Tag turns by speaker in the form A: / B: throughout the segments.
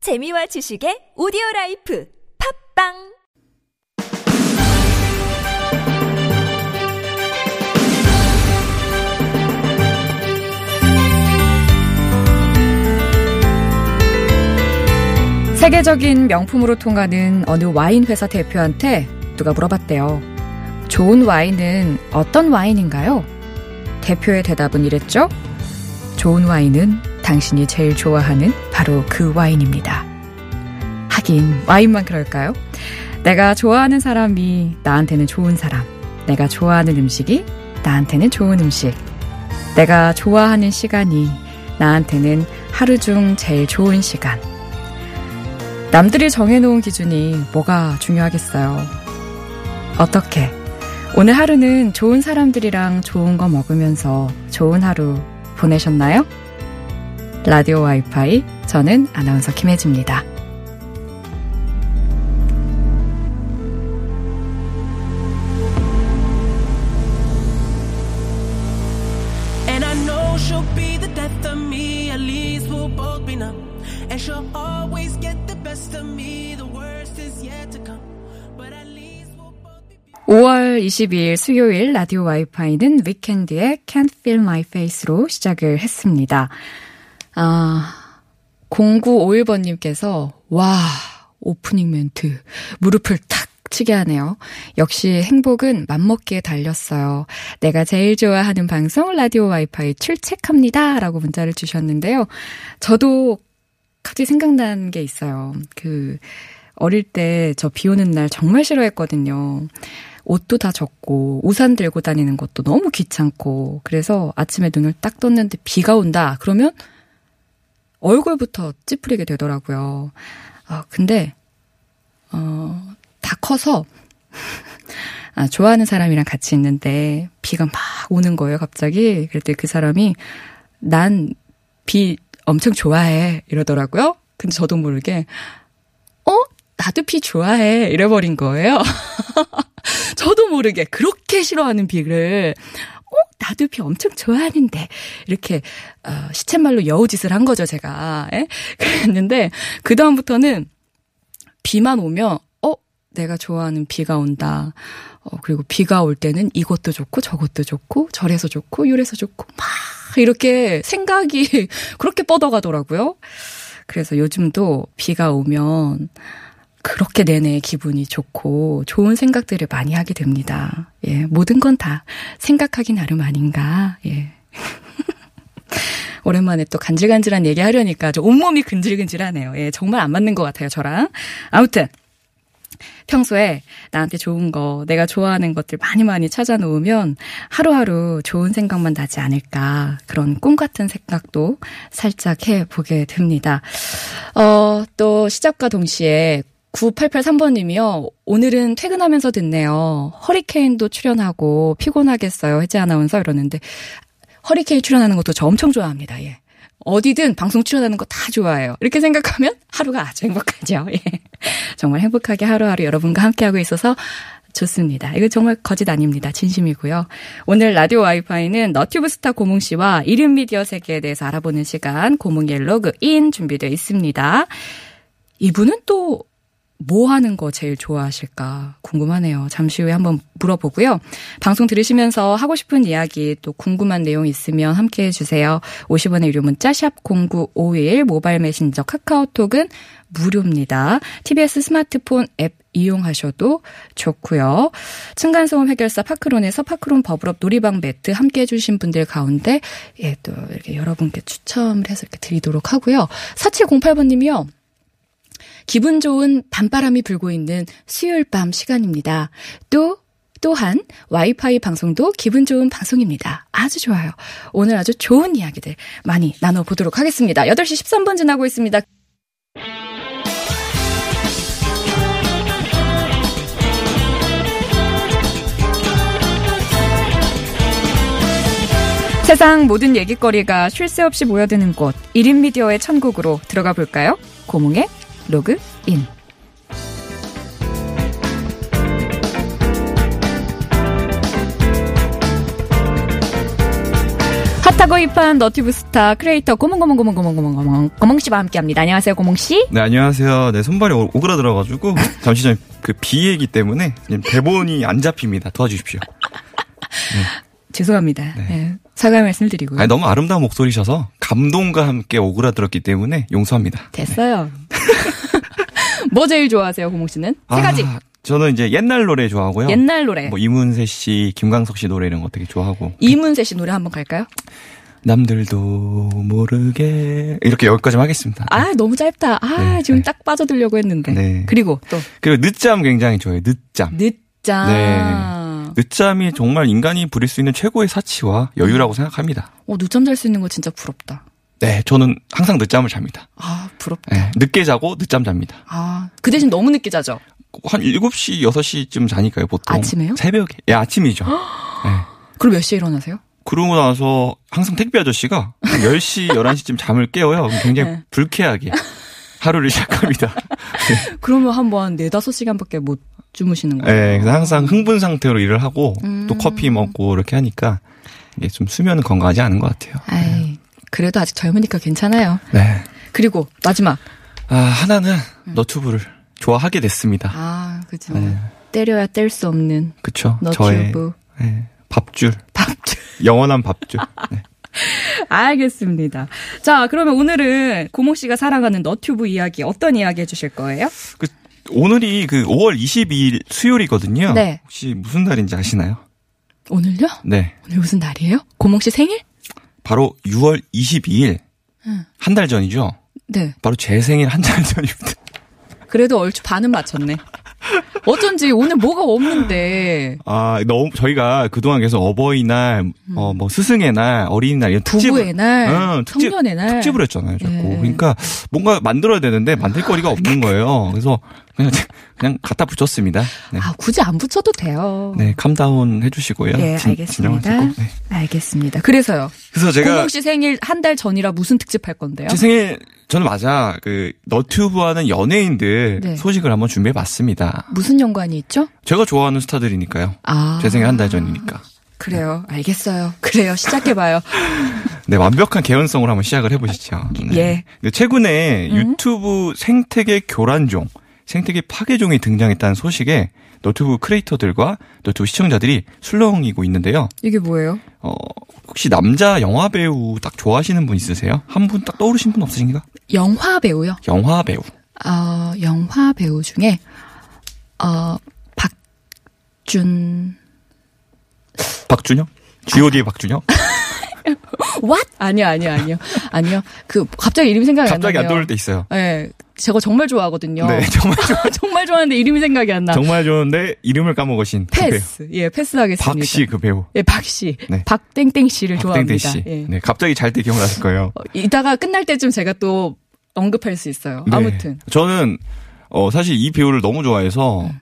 A: 재미와 지식의 오디오 라이프 팝빵
B: 세계적인 명품으로 통하는 어느 와인 회사 대표한테 누가 물어봤대요. 좋은 와인은 어떤 와인인가요? 대표의 대답은 이랬죠. 좋은 와인은 당신이 제일 좋아하는 바로 그 와인입니다. 하긴 와인만 그럴까요? 내가 좋아하는 사람이 나한테는 좋은 사람. 내가 좋아하는 음식이 나한테는 좋은 음식. 내가 좋아하는 시간이 나한테는 하루 중 제일 좋은 시간. 남들이 정해놓은 기준이 뭐가 중요하겠어요. 어떻게? 오늘 하루는 좋은 사람들이랑 좋은 거 먹으면서 좋은 하루 보내셨나요? 라디오 와이파이, 저는 아나운서 김혜지입니다.
C: And I know she'll be the death of me. At least we'll both be numb. And she'll always get the best of me. The worst is yet to come. But at least we'll both be.
B: 5월 22일 수요일 라디오 와이파이는 위켄드의 Can't Feel My Face로 시작을 했습니다. 아, 0951번님께서, 와, 오프닝 멘트. 무릎을 탁 치게 하네요. 역시 행복은 맘먹기에 달렸어요. 내가 제일 좋아하는 방송 라디오 와이파이 출첵합니다. 라고 문자를 주셨는데요. 저도 갑자기 생각난 게 있어요. 그, 어릴 때 저 비 오는 날 정말 싫어했거든요. 옷도 다 젖고, 우산 들고 다니는 것도 너무 귀찮고, 그래서 아침에 눈을 딱 떴는데 비가 온다. 그러면 얼굴부터 찌푸리게 되더라고요. 아, 근데, 어, 다 커서, 아, 좋아하는 사람이랑 같이 있는데, 비가 막 오는 거예요, 갑자기. 그랬더니 그 사람이, 난 비 엄청 좋아해. 이러더라고요. 근데 저도 모르게, 어? 나도 비 좋아해. 이래버린 거예요. 저도 모르게 그렇게 싫어하는 비를, 어? 나도 비 엄청 좋아하는데. 이렇게, 어, 시쳇말로 여우짓을 한 거죠, 제가. 예? 그랬는데, 그다음부터는 비만 오면, 어? 내가 좋아하는 비가 온다. 어, 그리고 비가 올 때는 이것도 좋고 저것도 좋고 저래서 좋고 요래서 좋고 막 이렇게 생각이 그렇게 뻗어가더라고요. 그래서 요즘도 비가 오면 그렇게 내내 기분이 좋고 좋은 생각들을 많이 하게 됩니다. 예, 모든 건 다 생각하기 나름 아닌가. 예. 오랜만에 또 간질간질한 얘기 하려니까 저 온몸이 근질근질하네요. 예, 정말 안 맞는 것 같아요, 저랑. 아무튼 평소에 나한테 좋은 거, 내가 좋아하는 것들 많이 많이 찾아 놓으면 하루하루 좋은 생각만 나지 않을까. 그런 꿈 같은 생각도 살짝 해 보게 됩니다. 어, 또 시작과 동시에 9883번님이요. 오늘은 퇴근하면서 듣네요. 허리케인도 출연하고 피곤하겠어요. 해지 아나운서 이러는데 허리케인 출연하는 것도 저 엄청 좋아합니다. 예. 어디든 방송 출연하는 거 다 좋아해요. 이렇게 생각하면 하루가 아주 행복하죠. 예. 정말 행복하게 하루하루 여러분과 함께하고 있어서 좋습니다. 이거 정말 거짓 아닙니다. 진심이고요. 오늘 라디오 와이파이는 너튜브 스타 고몽 씨와 이름 미디어 세계에 대해서 알아보는 시간 고몽의 로그인 준비되어 있습니다. 이분은 또 뭐 하는 거 제일 좋아하실까 궁금하네요. 잠시 후에 한번 물어보고요. 방송 들으시면서 하고 싶은 이야기 또 궁금한 내용 있으면 함께 해주세요. 50원의 유료 문자 샵 0951 모바일 메신저 카카오톡은 무료입니다. TBS 스마트폰 앱 이용하셔도 좋고요. 층간소음 해결사 파크론에서 파크론 버블업 놀이방 매트 함께 해주신 분들 가운데 예, 또 이렇게 여러분께 추첨을 해서 이렇게 드리도록 하고요. 4708번님이요. 기분 좋은 밤바람이 불고 있는 수요일 밤 시간입니다. 또 또한 와이파이 방송도 기분 좋은 방송입니다. 아주 좋아요. 오늘 아주 좋은 이야기들 많이 나눠보도록 하겠습니다. 8시 13분 지나고 있습니다. 세상 모든 얘기거리가 쉴 새 없이 모여드는 곳 1인 미디어의 천국으로 들어가 볼까요? 고몽의 로그인
D: 핫하고 힙한 너튜브 스타 크리에이터 고멍고멍고멍고멍고멍고멍 고멍씨와 함께합니다. 안녕하세요 고멍씨.
E: 네, 안녕하세요. 네, 손발이 오- 오그라들어가지고, 잠시 전 그 비얘기 때문에 지금 대본이 안 잡힙니다. 도와주십시오.
B: 죄송합니다. 예, 사과 말씀 드리고요.
E: 아니, 너무 아름다운 목소리셔서 감동과 함께 오그라들었기 때문에 용서합니다.
B: 됐어요. 네.
D: 뭐 제일 좋아하세요 고멍씨는? 세 가지.
E: 아, 저는 이제 옛날 노래 좋아하고요.
D: 옛날 노래.
E: 뭐 이문세 씨, 김광석 씨 노래 이런 거 되게 좋아하고.
B: 이문세 씨 노래 한번 갈까요?
E: 남들도 모르게. 이렇게 여기까지 하겠습니다.
B: 아 너무 짧다. 아
E: 네,
B: 지금
E: 네.
B: 딱 빠져들려고 했는데.
E: 네.
B: 그리고 또
E: 그리고 늦잠 굉장히 좋아해요. 늦잠.
B: 늦잠.
E: 네.
D: 음.
E: 늦잠이 정말 인간이 부릴 수 있는 최고의 사치와 여유라고 생각합니다.
B: 어 늦잠 잘 수 있는 거 진짜 부럽다.
E: 네, 저는 항상 늦잠을 잡니다.
B: 아 부럽다.
E: 네, 늦게 자고 늦잠 잡니다.
B: 아 그 대신 너무 늦게 자죠.
E: 한 7시, 6시쯤 자니까요, 보통.
B: 아침에요?
E: 새벽에. 예, 아침이죠.
B: 그럼 몇 시에 일어나세요?
E: 그러고 나서 항상 택배 아저씨가 한 10시, 11시쯤 잠을 깨워요. 그럼 굉장히
B: 네.
E: 불쾌하게 하루를 시작합니다.
B: 그러면 한번 네다섯 시간밖에 못 주무시는 거예요.
E: 예, 그래서 항상 흥분 상태로 일을 하고
B: 음.
E: 또 커피 먹고 이렇게 하니까 이게 좀 수면은 건강하지 않은 것 같아요.
B: 아이 그래도 아직 젊으니까 괜찮아요.
E: 네.
B: 그리고 마지막
E: 아, 하나는 너튜브를 좋아하게 됐습니다.
B: 음. 아 그죠.
E: 네.
B: 때려야 뗄 수 없는
E: 그쵸. 저의
B: 너튜브
E: 예, 밥줄.
B: 밥줄.
E: 영원한 밥줄. 네.
B: 알겠습니다. 자 그러면 오늘은 고모 씨가 사랑하는 너튜브 이야기 어떤 이야기 해주실 거예요?
E: 그, 오늘이 그 5월 22일 수요일이거든요.
B: 네.
E: 혹시 무슨 날인지 아시나요?
B: 오늘요?
E: 네.
B: 오늘 무슨 날이에요? 고몽 씨 생일?
E: 바로 6월 22일. 한 달 전이죠?
B: 네.
E: 바로 제 생일 한 달 전입니다.
B: 그래도 얼추 반은 맞췄네. 어쩐지 오늘 뭐가 없는데
E: 아, 너무, 저희가 그동안 계속 어버이날, 어, 뭐, 스승의 날, 어린이날, 이런 특집.
B: 음. 부부의 날, 청년의 날.
E: 아, 특집을 했잖아요, 자꾸.
B: 네.
E: 그러니까 뭔가 만들어야 되는데 만들 거리가 없는 거예요. 그래서 그냥, 그냥 갖다 붙였습니다. 네.
B: 아 굳이 안 붙여도 돼요.
E: 네, 캄다운 해주시고요.
B: 예,
E: 진-
B: 알겠습니다.
E: 진정하시고. 네.
B: 알겠습니다. 그래서요.
E: 그래서 제가
B: 고몽 씨 생일 한 달 전이라 무슨 특집 할 건데요?
E: 제 생일 저는 맞아 그 너튜브하는 연예인들
B: 네.
E: 소식을 한번 준비해봤습니다.
B: 무슨 연관이 있죠?
E: 제가 좋아하는 스타들이니까요.
B: 아.
E: 제 생일 한 달 전이니까.
B: 그래요. 알겠어요. 그래요. 시작해봐요.
E: 네, 완벽한 개연성으로 한번 시작을 해보시죠. 네.
B: 예. 음?
E: 근데 최근에 유튜브 생태계 교란종, 생태계 파괴종이 등장했다는 소식에 너튜브 크리에이터들과 너튜브 시청자들이 술렁이고 있는데요.
B: 이게 뭐예요?
E: 어, 혹시 남자 영화 배우 딱 좋아하시는 분 있으세요? 한 분 딱 떠오르신 분 없으신가?
B: 영화 배우요.
E: 영화 배우.
B: 어, 영화 배우 중에 어, 박준
E: 박준영? G.O.D의 박준영?
B: What? 아니요, 아니요, 아니요. 아니요. 그 갑자기 이름 생각이
E: 갑자기
B: 안 나요.
E: 안 떠올 때 있어요.
B: 예. 제가 정말 좋아하거든요.
E: 네, 정말 좋-
B: 정말 좋아하는데 이름이 생각이 안 나.
E: 정말 좋은데 이름을 까먹으신 그 배우.
B: 패스. 예, 패스하겠습니다.
E: 박씨 그 배우.
B: 예, 박씨.
E: 네.
B: 박땡땡 씨를
E: 박땡땡
B: 좋아합니다.
E: 씨.
B: 예.
E: 네, 갑자기 잘 때 기억나실 거예요.
B: 어, 이따가 끝날 때쯤 제가 또 언급할 수 있어요.
E: 네.
B: 아무튼.
E: 저는 어 사실 이 배우를 너무 좋아해서
B: 네.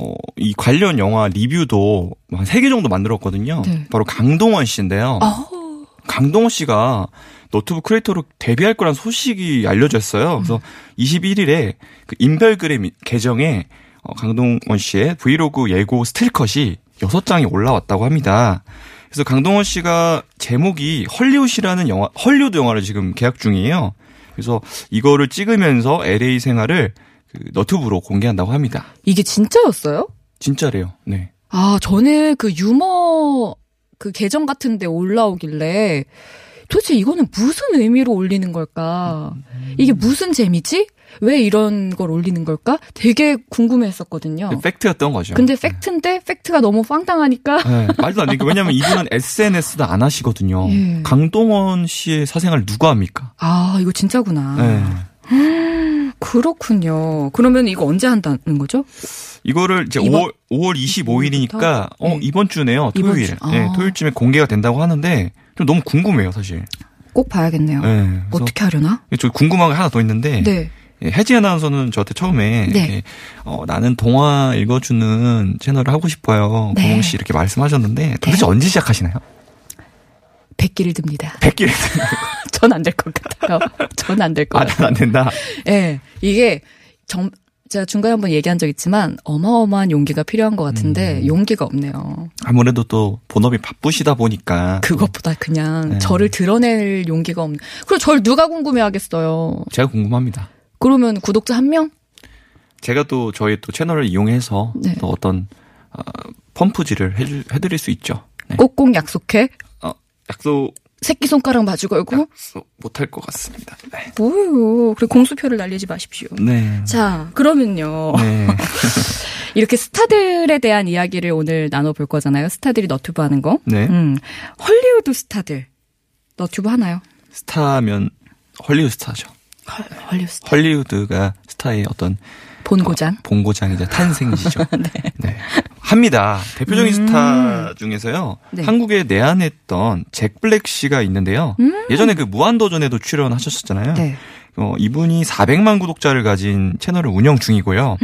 E: 어, 이 관련 영화 리뷰도 한 세 개 정도 만들었거든요.
B: 네. 어.
E: 바로 강동원 씨인데요. 강동원 씨가 너튜브 크리에이터로 데뷔할 거란 소식이
B: 음.
E: 알려졌어요. 그래서 21일에 그 인별그램 계정에 어, 강동원 씨의 브이로그 예고 스틸컷이 6장이 올라왔다고 합니다. 그래서 강동원 씨가 제목이 헐리우드라는 영화, 헐리우드 영화를 지금 계약 중이에요. 그래서 이거를 찍으면서 LA 생활을 그 너튜브로 공개한다고 합니다.
B: 이게 진짜였어요?
E: 진짜래요. 네.
B: 아, 저는 그 유머 그 계정 같은 데 올라오길래 도대체 이거는 무슨 의미로 올리는 걸까? 이게 무슨 재미지? 왜 이런 걸 올리는 걸까? 되게 궁금해 했었거든요.
E: 그 팩트였던 거죠.
B: 어. 근데 팩트인데 팩트가 너무 황당하니까
E: 네, 말도 안 되니까 왜냐면 이분은 SNS도 안 하시거든요.
B: 예.
E: 강동원 씨의 사생활 누가 합니까?
B: 아, 이거 진짜구나.
E: 네.
B: 그렇군요. 그러면 이거 언제 한다는 거죠?
E: 이거를 이제
B: 이번-
E: 5월, 5월 25일이니까 어,
B: 오늘부터? 네.
E: 이번 주네요.
B: 이번
E: 토요일.
B: 주. 아.
E: 네, 토요일쯤에 공개가 된다고 하는데 좀 너무 궁금해요, 사실.
B: 꼭 봐야겠네요.
E: 네, 그래서
B: 어떻게 하려나?
E: 저 궁금한 게 하나 더 있는데
B: 네.
E: 예, 혜지 아나운서는 저한테 처음에
B: 네.
E: 이렇게, 어, 나는 동화 읽어주는 채널을 하고 싶어요.
B: 네.
E: 고몽 씨 이렇게 말씀하셨는데 도대체 언제 시작하시나요?
B: 백기를 듭니다.
E: 100일.
B: 전 안 될 것 같아요. 네. 전 안 될 것
E: 아,
B: 같아요.
E: 난 안 된다.
B: 예. 이게 정 제가 중간에 한번 얘기한 적 있지만 어마어마한 용기가 필요한 것 같은데 용기가 없네요.
E: 아무래도 또 본업이 바쁘시다
B: 아,
E: 보니까
B: 그것보다 그냥
E: 네.
B: 저를 드러낼 용기가 없는. 그리고 저를 누가 궁금해하겠어요.
E: 제가 궁금합니다.
B: 그러면 구독자 한 명?
E: 제가 또 저희 또 채널을 이용해서
B: 네.
E: 또 어떤 어, 펌프질을 해주, 해드릴 수 있죠. 네.
B: 꼭꼭 약속해.
E: 어, 약속
B: 새끼 손가락 마주 걸고.
E: 못할 것 같습니다. 네.
B: 뭐요? 그리고 공수표를 날리지 마십시오.
E: 네.
B: 자, 그러면요.
E: 네.
B: 이렇게 스타들에 대한 이야기를 오늘 나눠볼 거잖아요. 스타들이 너튜브 하는 거.
E: 네.
B: 음, 헐리우드 스타들 너튜브 하나요?
E: 스타면 헐리우드 스타죠.
B: 헐리우드 스타.
E: 헐리우드가 스타의 어떤
B: 본고장.
E: 본고장이자 탄생이죠. 네. 합니다. 대표적인 스타 중에서요.
B: 음. 네.
E: 한국에 내한했던 잭 블랙 씨가 있는데요. 예전에 그 무한도전에도 출연하셨었잖아요.
B: 음. 네.
E: 어, 이분이 400만 구독자를 가진 채널을 운영 중이고요.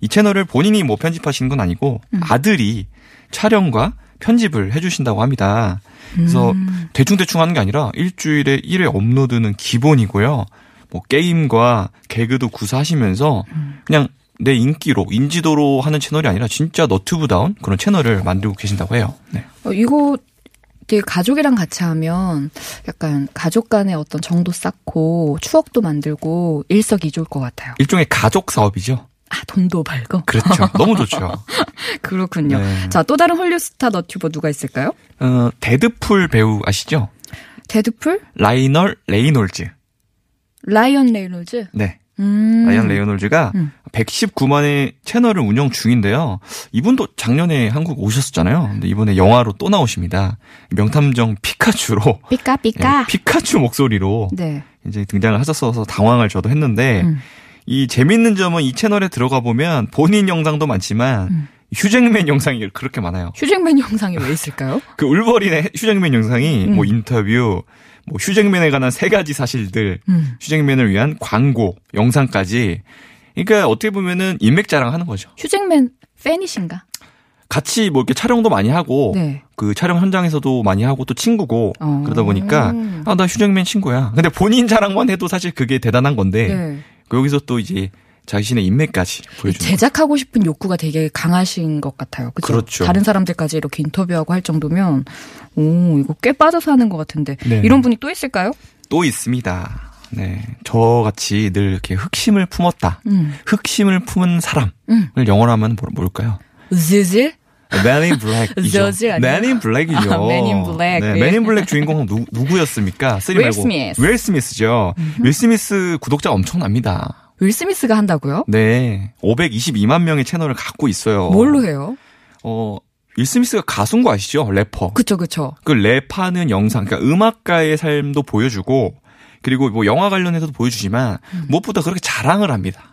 E: 이 채널을 본인이 뭐 편집하시는 건 아니고 아들이 촬영과 편집을 해주신다고 합니다. 그래서 대충대충 하는 게 아니라 일주일에 1회 업로드는 기본이고요. 뭐 게임과 개그도 구사하시면서 그냥 내 인기로 인지도로 하는 채널이 아니라 진짜 너튜브다운 그런 채널을 만들고 계신다고 해요. 네.
B: 어, 이거 되게 가족이랑 같이 하면 약간 가족 간의 어떤 정도 쌓고 추억도 만들고 일석이조일 것 같아요.
E: 일종의 가족 사업이죠.
B: 아 돈도 벌고
E: 그렇죠. 너무 좋죠.
B: 그렇군요.
E: 네.
B: 자 또 다른 헐리우드 스타 너튜버 누가 있을까요?
E: 어, 데드풀 배우 아시죠?
B: 데드풀,
E: 라이널 레이놀즈.
B: 라이언 레이놀즈.
E: 네.
B: 음.
E: 라이언 레이놀즈가 119만의 채널을 운영 중인데요. 이분도 작년에 한국 오셨었잖아요. 근데 이번에 영화로 또 나오십니다. 명탐정 피카츄로
D: 삐까
E: 예, 피카츄 목소리로
B: 네. 음.
E: 이제 등장을 하셨어서 당황을 저도 했는데 이 재밌는 점은 이 채널에 들어가 보면 본인 영상도 많지만
B: 음.
E: 휴잭맨 영상이 그렇게 많아요.
B: 휴잭맨 영상이 왜 있을까요?
E: 그 울버린의 휴잭맨 영상이
B: 음.
E: 뭐 인터뷰, 뭐 휴잭맨에 관한 세 가지 사실들,
B: 음.
E: 휴잭맨을 위한 광고, 영상까지. 그러니까 어떻게 보면은 인맥 자랑하는 거죠.
B: 휴잭맨 팬이신가?
E: 같이 뭐 이렇게 촬영도 많이 하고
B: 네.
E: 그 촬영 현장에서도 많이 하고 또 친구고
B: 어.
E: 그러다 보니까 아 나 휴잭맨 친구야. 근데 본인 자랑만 해도 사실 그게 대단한 건데
B: 네.
E: 그 여기서 또 이제 자신의 인맥까지 보여주는 거죠.
B: 제작하고 싶은 욕구가 되게 강하신 것 같아요. 그죠?
E: 그렇죠.
B: 다른 사람들까지 이렇게 인터뷰하고 할 정도면, 오, 이거 꽤 빠져서 하는 것 같은데.
E: 네.
B: 이런 분이 또 있을까요?
E: 또 있습니다. 네, 저같이 늘 이렇게 흑심을 품었다.
B: 음.
E: 흑심을 품은 사람을 영어로 하면 뭐- 뭘까요?
B: 으즈즈?
E: Man in Black이죠.
B: 저지 아니에요?
E: Man in Black이죠.
B: 아, Man in Black.
E: 네,
B: 예.
E: Man in Black 주인공은 누, 누구였습니까? 쓰리
B: 윌
E: 말고.
B: 스미스.
E: 윌 스미스죠. 윌 스미스 구독자 엄청납니다.
B: 윌 스미스가 한다고요?
E: 네, 522만 명의 채널을 갖고 있어요.
B: 뭘로 해요?
E: 어, 윌 스미스가 가수인 거 아시죠? 래퍼.
B: 그쵸, 그쵸.
E: 그 랩하는 영상, 그러니까 음악가의 삶도 보여주고, 그리고 뭐 영화 관련해서도 보여주지만
B: 음.
E: 무엇보다 그렇게 자랑을 합니다.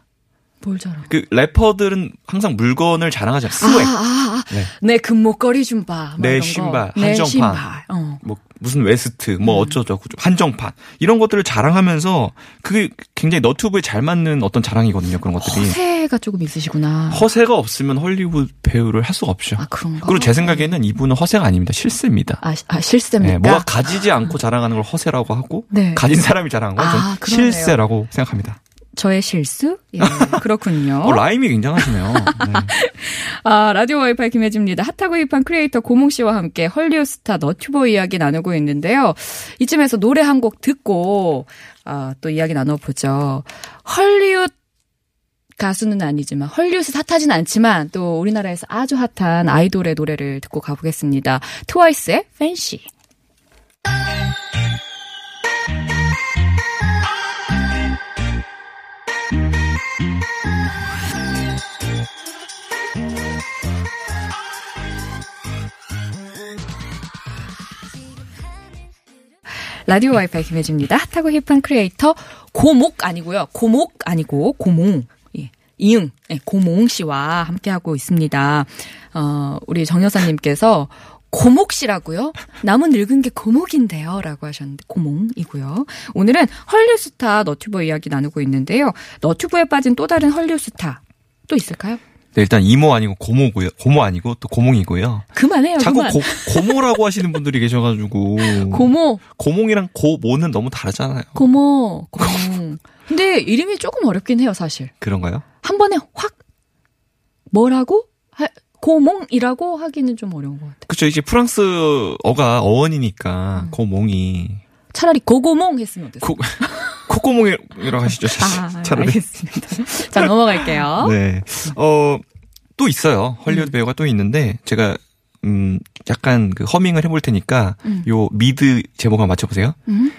B: 뭘 자랑.
E: 그 래퍼들은 항상 물건을 자랑하지 않아요. 스웩.
B: 아, 아.
E: 네.
B: 내 금목걸이 좀 봐. 막
E: 내
B: 이런 거.
E: 신발,
B: 내
E: 한정판.
B: 신발. 어.
E: 뭐 무슨 웨스트 뭐
B: 음.
E: 어쩌저고 좀 한정판 이런 것들을 자랑하면서 그게 굉장히 너튜브에 잘 맞는 어떤 자랑이거든요 그런 것들이
B: 허세가 조금 있으시구나.
E: 허세가 없으면 헐리우드 배우를 할 수가 없죠
B: 아, 그런가?
E: 그리고 제 생각에는 이분은 허세가 아닙니다 실세입니다
B: 아, 시- 아, 실세입니까?
E: 네, 뭐가 가지지 않고 자랑하는 걸 허세라고 하고
B: 네.
E: 가진 사람이 자랑한 건
B: 아,
E: 전
B: 그러네요.
E: 실세라고 생각합니다
B: 저의 실수? 예, 그렇군요.
E: 어, 라임이 굉장하시네요 네.
B: 아, 라디오 와이파이 김혜지입니다. 핫하고 힙한 크리에이터 고몽 씨와 함께 헐리우드 스타 너튜버 이야기 나누고 있는데요. 이쯤에서 노래 한 곡 듣고 아, 또 이야기 나눠보죠. 헐리우드 가수는 아니지만 헐리우드 핫하진 않지만 또 우리나라에서 아주 핫한 아이돌의 노래를 듣고 가보겠습니다. 트와이스의 팬시. 라디오 와이파이 김혜지입니다. 핫하고 힙한 크리에이터 고목 아니고요. 고목 아니고 고몽. 예. 이응, 예, 고몽 씨와 함께하고 있습니다. 어, 우리 정 여사님께서 고목 씨라고요? 남은 늙은 게 고목인데요. 라고 하셨는데, 고몽이고요. 오늘은 헐리우스타 너튜버 이야기 나누고 있는데요. 너튜브에 빠진 또 다른 헐리우스타 또 있을까요?
E: 네, 일단 이모 아니고 고모고요 고모 아니고 또 고몽이고요
B: 그만해요.
E: 자꾸
B: 그만.
E: 고, 고모라고 하시는 분들이 계셔가지고
B: 고모,
E: 고몽이랑 고모는 너무 다르잖아요
B: 고모, 고몽. 근데 이름이 조금 어렵긴 해요, 사실.
E: 그런가요?
D: 한 번에 확 뭐라고 하, 고몽이라고 하기는 좀 어려운 것 같아요.
E: 그쵸 이제 프랑스어가 어원이니까 고몽이
D: 차라리 고고몽 했으면 어땠을까요?
E: 코 콧고몽이라고 하시죠 사실
D: 아,
E: 차라리
D: 알겠습니다. 자 넘어갈게요.
E: 네. 어, 또 있어요.
B: 음.
E: 헐리우드 배우가 또 있는데, 제가, 음, 약간 그 허밍을 해볼 테니까,
B: 음.
E: 요 미드 제목 한번 맞춰보세요.
D: 음?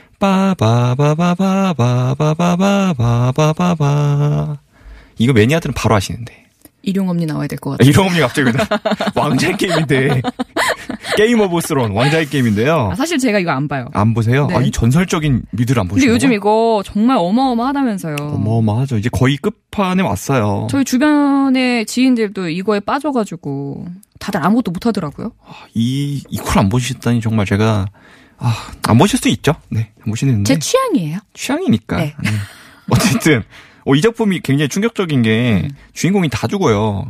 E: 빠바바바바바바바바바바바바. 이거 매니아들은 바로 아시는데.
D: 일용엄니 나와야 될 것
E: 아,
D: 같아요.
E: 이런 겁니 갑자기 나 왕자의 게임인데. 게임 오브 스론, 왕자의 게임인데요.
B: 아, 사실 제가 이거 안 봐요.
E: 안 보세요?
B: 네.
E: 아, 이 전설적인 미드를 안 보시는
B: 근데
E: 요
B: 요즘 이거 정말 어마어마하다면서요.
E: 어마어마하죠. 이제 거의 끝판에 왔어요.
B: 저희 주변의 지인들도 이거에 빠져가지고 다들 아무것도 못하더라고요.
E: 이, 이걸 안 보셨다니 정말 제가, 아, 안 보실 수 있죠? 네, 안 보시는데.
D: 제 취향이에요.
E: 취향이니까.
D: 네.
E: 네. 어쨌든, 어, 이 작품이 굉장히 충격적인 게,
D: 음.
E: 주인공이 다 죽어요.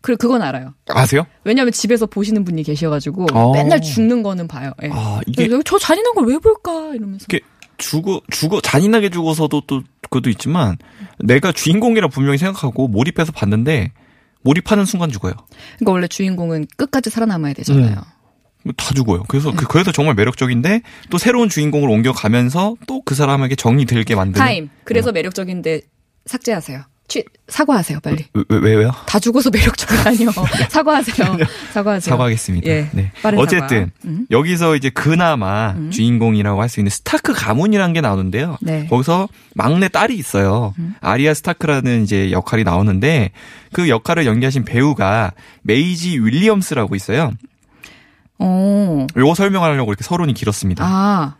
D: 그래 그건 알아요.
E: 아세요?
D: 왜냐하면 집에서 보시는 분이 계셔가지고
E: 어.
D: 맨날 죽는 거는 봐요. 예.
E: 아, 이게,
D: 그래서 저 잔인한 걸 왜 볼까 이러면서.
E: 이게 죽어, 죽어, 잔인하게 죽어서도 또, 그것도 있지만, 내가 주인공이라 분명히 생각하고, 몰입해서 봤는데, 몰입하는 순간 죽어요.
D: 그러니까 원래 주인공은 끝까지 살아남아야 되잖아요.
E: 다 죽어요. 그래서,
D: 음.
E: 그, 그래서 정말 매력적인데, 또 새로운 주인공을 옮겨가면서, 또 그 사람에게 정이 들게 만드는.
D: 타임. 그래서 매력적인데 삭제하세요. 취, 사과하세요 빨리.
E: 왜, 왜, 왜요?
D: 다 죽어서 매력적이라니요. 사과하세요. 사과하세요.
E: 사과하겠습니다.
D: 예,
E: 네.
D: 빠른
E: 어쨌든
D: 사과. 음.
E: 여기서 이제 그나마 주인공이라고 할 수 있는 스타크 가문이라는 게 나오는데요.
D: 네. 음.
E: 거기서 막내 딸이 있어요. 아리아 스타크라는 이제 역할이 나오는데 그 역할을 연기하신 배우가 메이지 윌리엄스라고 있어요.
B: 어.
E: 요거 설명하려고 이렇게 서론이 길었습니다.
B: 아.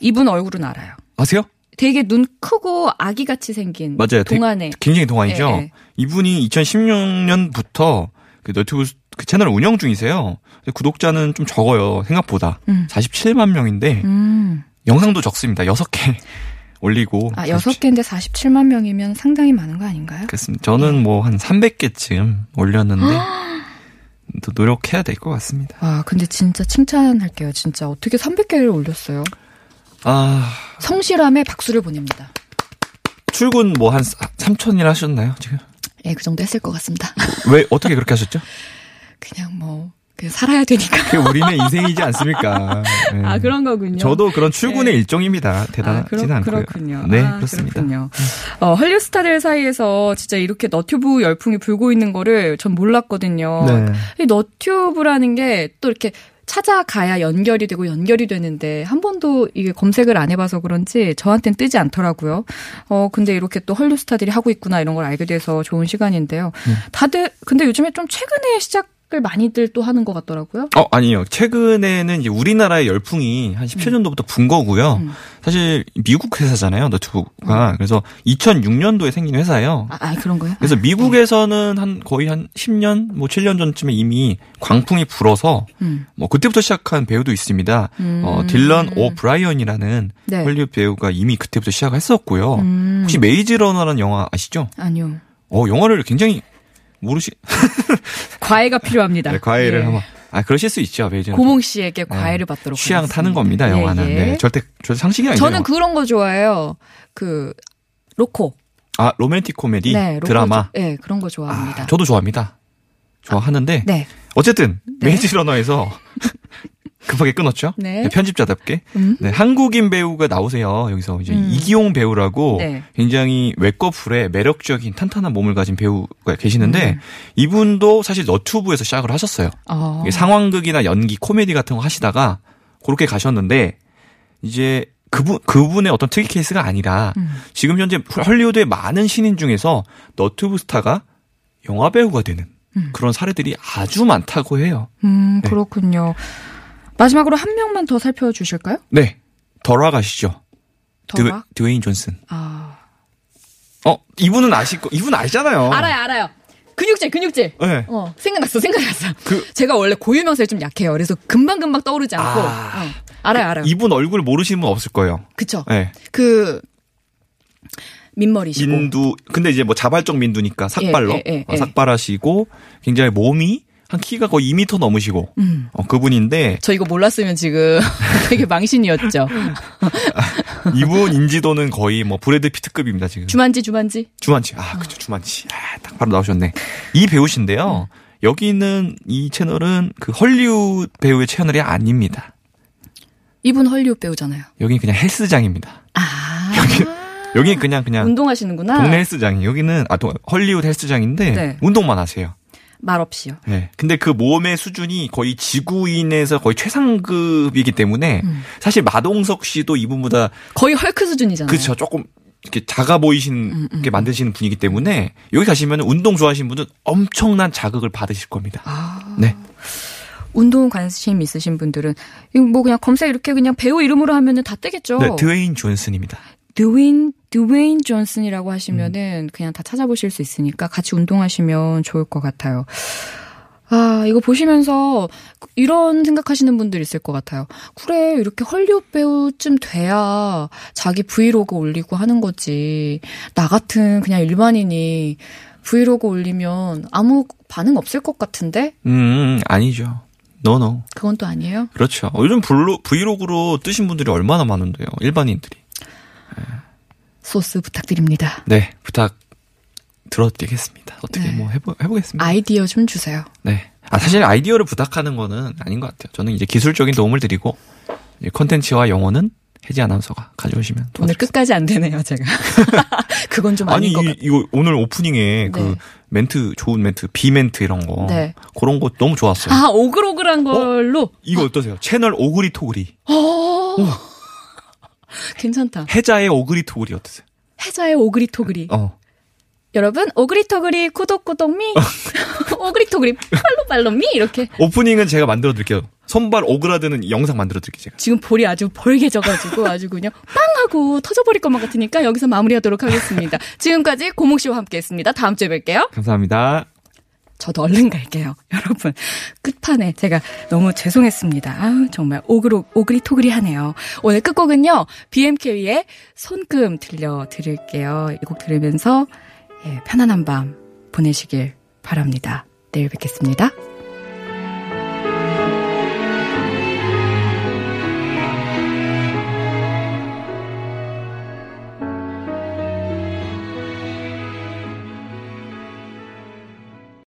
B: 이분 얼굴은 알아요.
E: 아. 세요
D: 되게 눈 크고 아기 같이 생긴
E: 맞아요. 되게
D: 동안에
E: 굉장히 동안이죠.
D: 예, 예.
E: 이분이 2016년부터 그 너튜브 그 채널 운영 중이세요. 근데 구독자는 좀 적어요. 생각보다 47만 명인데
D: 음.
E: 영상도 적습니다. 6개 올리고.
D: 아,
E: 47
D: 6개인데 47만 명이면 상당히 많은 거 아닌가요?
E: 그렇습니다. 저는 뭐 한 300개쯤 올렸는데 또 노력해야 될 것 같습니다.
D: 와, 근데 진짜 칭찬할게요. 진짜 어떻게 300개를 올렸어요?
E: 아,
D: 성실함에 박수를 보냅니다.
E: 출근 뭐 한 3천이나 하셨나요, 지금?
D: 예, 그 정도 했을 것 같습니다.
E: 왜 어떻게 그렇게 하셨죠?
D: 그냥 뭐, 그냥 살아야 되니까.
E: 그게 우리는 인생이지 않습니까? 네.
D: 아, 그런 거군요.
E: 저도 그런 출근의 일종입니다.
B: 네. 아,
E: 대단하진
B: 그렇-
E: 않고요.
B: 그렇군요.
E: 네,
B: 아,
E: 그렇습니다. 음.
B: 그렇군요. 어, 헐리우드 스타들 사이에서 진짜 이렇게 너튜브 열풍이 불고 있는 거를 전 몰랐거든요.
E: 네.
B: 이 너튜브라는 게 또 이렇게 찾아가야 연결이 되고 연결이 되는데 한 번도 이게 검색을 안 해봐서 그런지 저한텐 뜨지 않더라고요. 어 근데 이렇게 또 헐리우드 스타들이 하고 있구나 이런 걸 알게 돼서 좋은 시간인데요.
E: 음.
B: 다들 근데 요즘에 좀 최근에 시작을 많이들 또 하는 것 같더라고요.
E: 어, 아니요. 최근에는 이제 우리나라의 열풍이
B: 음.
E: 한 17년도부터 분 거고요. 사실 미국 회사잖아요. 너튜브가.
B: 음.
E: 그래서 2006년도에 생긴 회사예요.
D: 아, 아, 그런 거요?
B: 네.
E: 그래서 미국에서는 한 거의 한 10년, 뭐 7년 전쯤에 이미 광풍이 불어서
D: 음.
E: 뭐 그때부터 시작한 배우도 있습니다. 어,
B: 음.
E: 딜런 오 브라이언이라는
D: 네.
E: 헐리우드 배우가 이미 그때부터 시작했었고요.
D: 음.
E: 혹시 메이즈 러너라는 영화 아시죠?
D: 아니요.
E: 어, 영화를 굉장히 모르시
B: 과외가 필요합니다.
E: 네, 과외를
B: 예.
E: 한번 아, 그러실 수 있죠. 메이즈 러너.
D: 고몽 씨에게 과외를 받도록
E: 취향
D: 하겠습니다.
E: 타는 겁니다,
D: 예,
E: 영화는.
D: 예.
E: 네, 뭐 절대, 절대 상식이 아니죠.
D: 저는 그런 거 좋아해요. 그, 로코.
E: 아, 로맨틱 코미디,
D: 네, 로코.
E: 드라마.
D: 예, 그런 거 좋아합니다.
E: 아, 저도 좋아합니다. 좋아하는데.
D: 네.
E: 어쨌든, 메이지 러너에서 급하게 끊었죠?
D: 네.
E: 편집자답게.
D: 음.
E: 네, 한국인 배우가 나오세요. 여기서 이제 이기용 배우라고
B: 네.
E: 굉장히 외꺼풀에 매력적인 탄탄한 몸을 가진 배우가 계시는데
D: 음.
E: 이분도 사실 너튜브에서 시작을 하셨어요.
D: 어.
E: 이게 상황극이나 연기, 코미디 같은 거 하시다가 그렇게 가셨는데 이제 그분 그분의 어떤 특이 케이스가 아니라
D: 음.
E: 지금 현재 헐리우드의 많은 신인 중에서 너튜브 스타가 영화 배우가 되는 그런 사례들이 아주 많다고 해요.
D: 음,
E: 네.
D: 그렇군요. 마지막으로 한 명만 더 살펴주실까요?
E: 네, 돌아가시죠. 드웨,
D: 더가?
E: 드웨인 존슨.
D: 아.
E: 어, 이분은 아실 거, 이분 아시잖아요.
D: 알아요, 알아요. 근육질, 근육질.
E: 네.
D: 어, 생각났어, 생각났어.
E: 그-
D: 제가 원래 고유명사에 좀 약해요. 그래서 금방금방 떠오르지 않고.
E: 아.
D: 어, 알아요, 알아요.
E: 이분 얼굴 모르시는 분 없을 거예요.
D: 그쵸.
E: 네.
D: 그, 민머리시고.
E: 민두 근데 이제 뭐 자발적 민두니까 삭발로
D: 예, 예, 예,
E: 어,
D: 예.
E: 삭발하시고 굉장히 몸이 한 키가 거의 2미터 넘으시고
B: 음.
E: 어, 그분인데
B: 저 이거 몰랐으면 지금 되게 망신이었죠.
E: 이분 인지도는 거의 뭐 브래드 피트급입니다 지금.
B: 주만지 주만지.
E: 주만치. 아, 그죠. 주만치. 아, 딱 바로 나오셨네. 이 배우신데요. 여기 있는 이 채널은 그 헐리우드 배우의 채널이 아닙니다.
B: 이분 헐리우드 배우잖아요.
E: 여기 그냥 헬스장입니다.
B: 아.
E: 여기 그냥 그냥
B: 운동하시는구나.
E: 동네 헬스장이 여기는 아 동- 헐리우드 헬스장인데
B: 네.
E: 운동만 하세요.
B: 말 없이요.
E: 네. 근데 그 몸의 수준이 거의 지구인에서 거의 최상급이기 때문에 사실 마동석 씨도 이분보다
B: 거의 헐크 수준이잖아요.
E: 그쵸 조금 이렇게 작아 보이신 게 만드시는 분이기 때문에 여기 가시면 운동 좋아하시는 분은 엄청난 자극을 받으실 겁니다. 네.
B: 운동 관심 있으신 분들은 이거 뭐 그냥 검색 이렇게 그냥 배우 이름으로 하면은 다 뜨겠죠.
E: 네, 드웨인 존슨입니다.
B: 드윈 드웨인 존슨이라고 하시면은 그냥 다 찾아보실 수 있으니까 같이 운동하시면 좋을 것 같아요. 아, 이거 보시면서 이런 생각하시는 분들 있을 것 같아요. 그래, 이렇게 헐리우드 배우쯤 돼야 자기 브이로그 올리고 하는 거지. 나 같은 그냥 일반인이 브이로그 올리면 아무 반응 없을 것 같은데?
E: 음, 아니죠. 노노.
B: 그건 또 아니에요?
E: 그렇죠. 요즘 블로, 브이로그로 뜨신 분들이 얼마나 많은데요. 일반인들이.
B: 소스 부탁드립니다.
E: 네, 부탁 들어드리겠습니다. 어떻게
B: 네.
E: 뭐 해보, 해보겠습니다.
B: 아이디어 좀 주세요.
E: 네. 아, 사실 아이디어를 부탁하는 거는 아닌 것 같아요. 저는 이제 기술적인 도움을 드리고, 이제 컨텐츠와 영어는 혜지 아나운서가 가져오시면
B: 오늘
E: 도와드리겠습니다.
B: 끝까지 안 되네요, 제가. 그건 좀
E: 아니,
B: 아닌 것
E: 이,
B: 같아요.
E: 이거 오늘
B: 네.
E: 오프닝에 그 멘트, 좋은 멘트, 비멘트 이런 거.
B: 네.
E: 그런 거 너무 네. 좋았어요.
B: 아, 오글오글한 걸로? 어?
E: 이거 어떠세요? 채널 오그리 토그리. 어.
B: 괜찮다.
E: 혜자의 오그리 토그리 어떠세요?
B: 해자의 오그리토그리.
E: 어.
B: 여러분, 오그리토그리, 구독구독미.
E: 어?
B: 오그리토그리, 팔로팔로미. 이렇게.
E: 오프닝은 제가 만들어 드릴게요. 손발 오그라드는 영상 만들어 드릴게요, 제가.
B: 지금 볼이 아주 벌게 져가지고 아주 그냥 빵! 하고 터져버릴 것만 같으니까 여기서 마무리하도록 하겠습니다. 지금까지 고목 씨와 함께 했습니다. 다음 주에 뵐게요.
E: 감사합니다.
B: 저도 얼른 갈게요. 여러분, 끝판에 제가 너무 죄송했습니다. 아, 정말 오그로, 오그리토그리 하네요. 오늘 끝곡은요, BMK의 손금 들려드릴게요. 이 곡 들으면서, 예, 편안한 밤 보내시길 바랍니다. 내일 뵙겠습니다.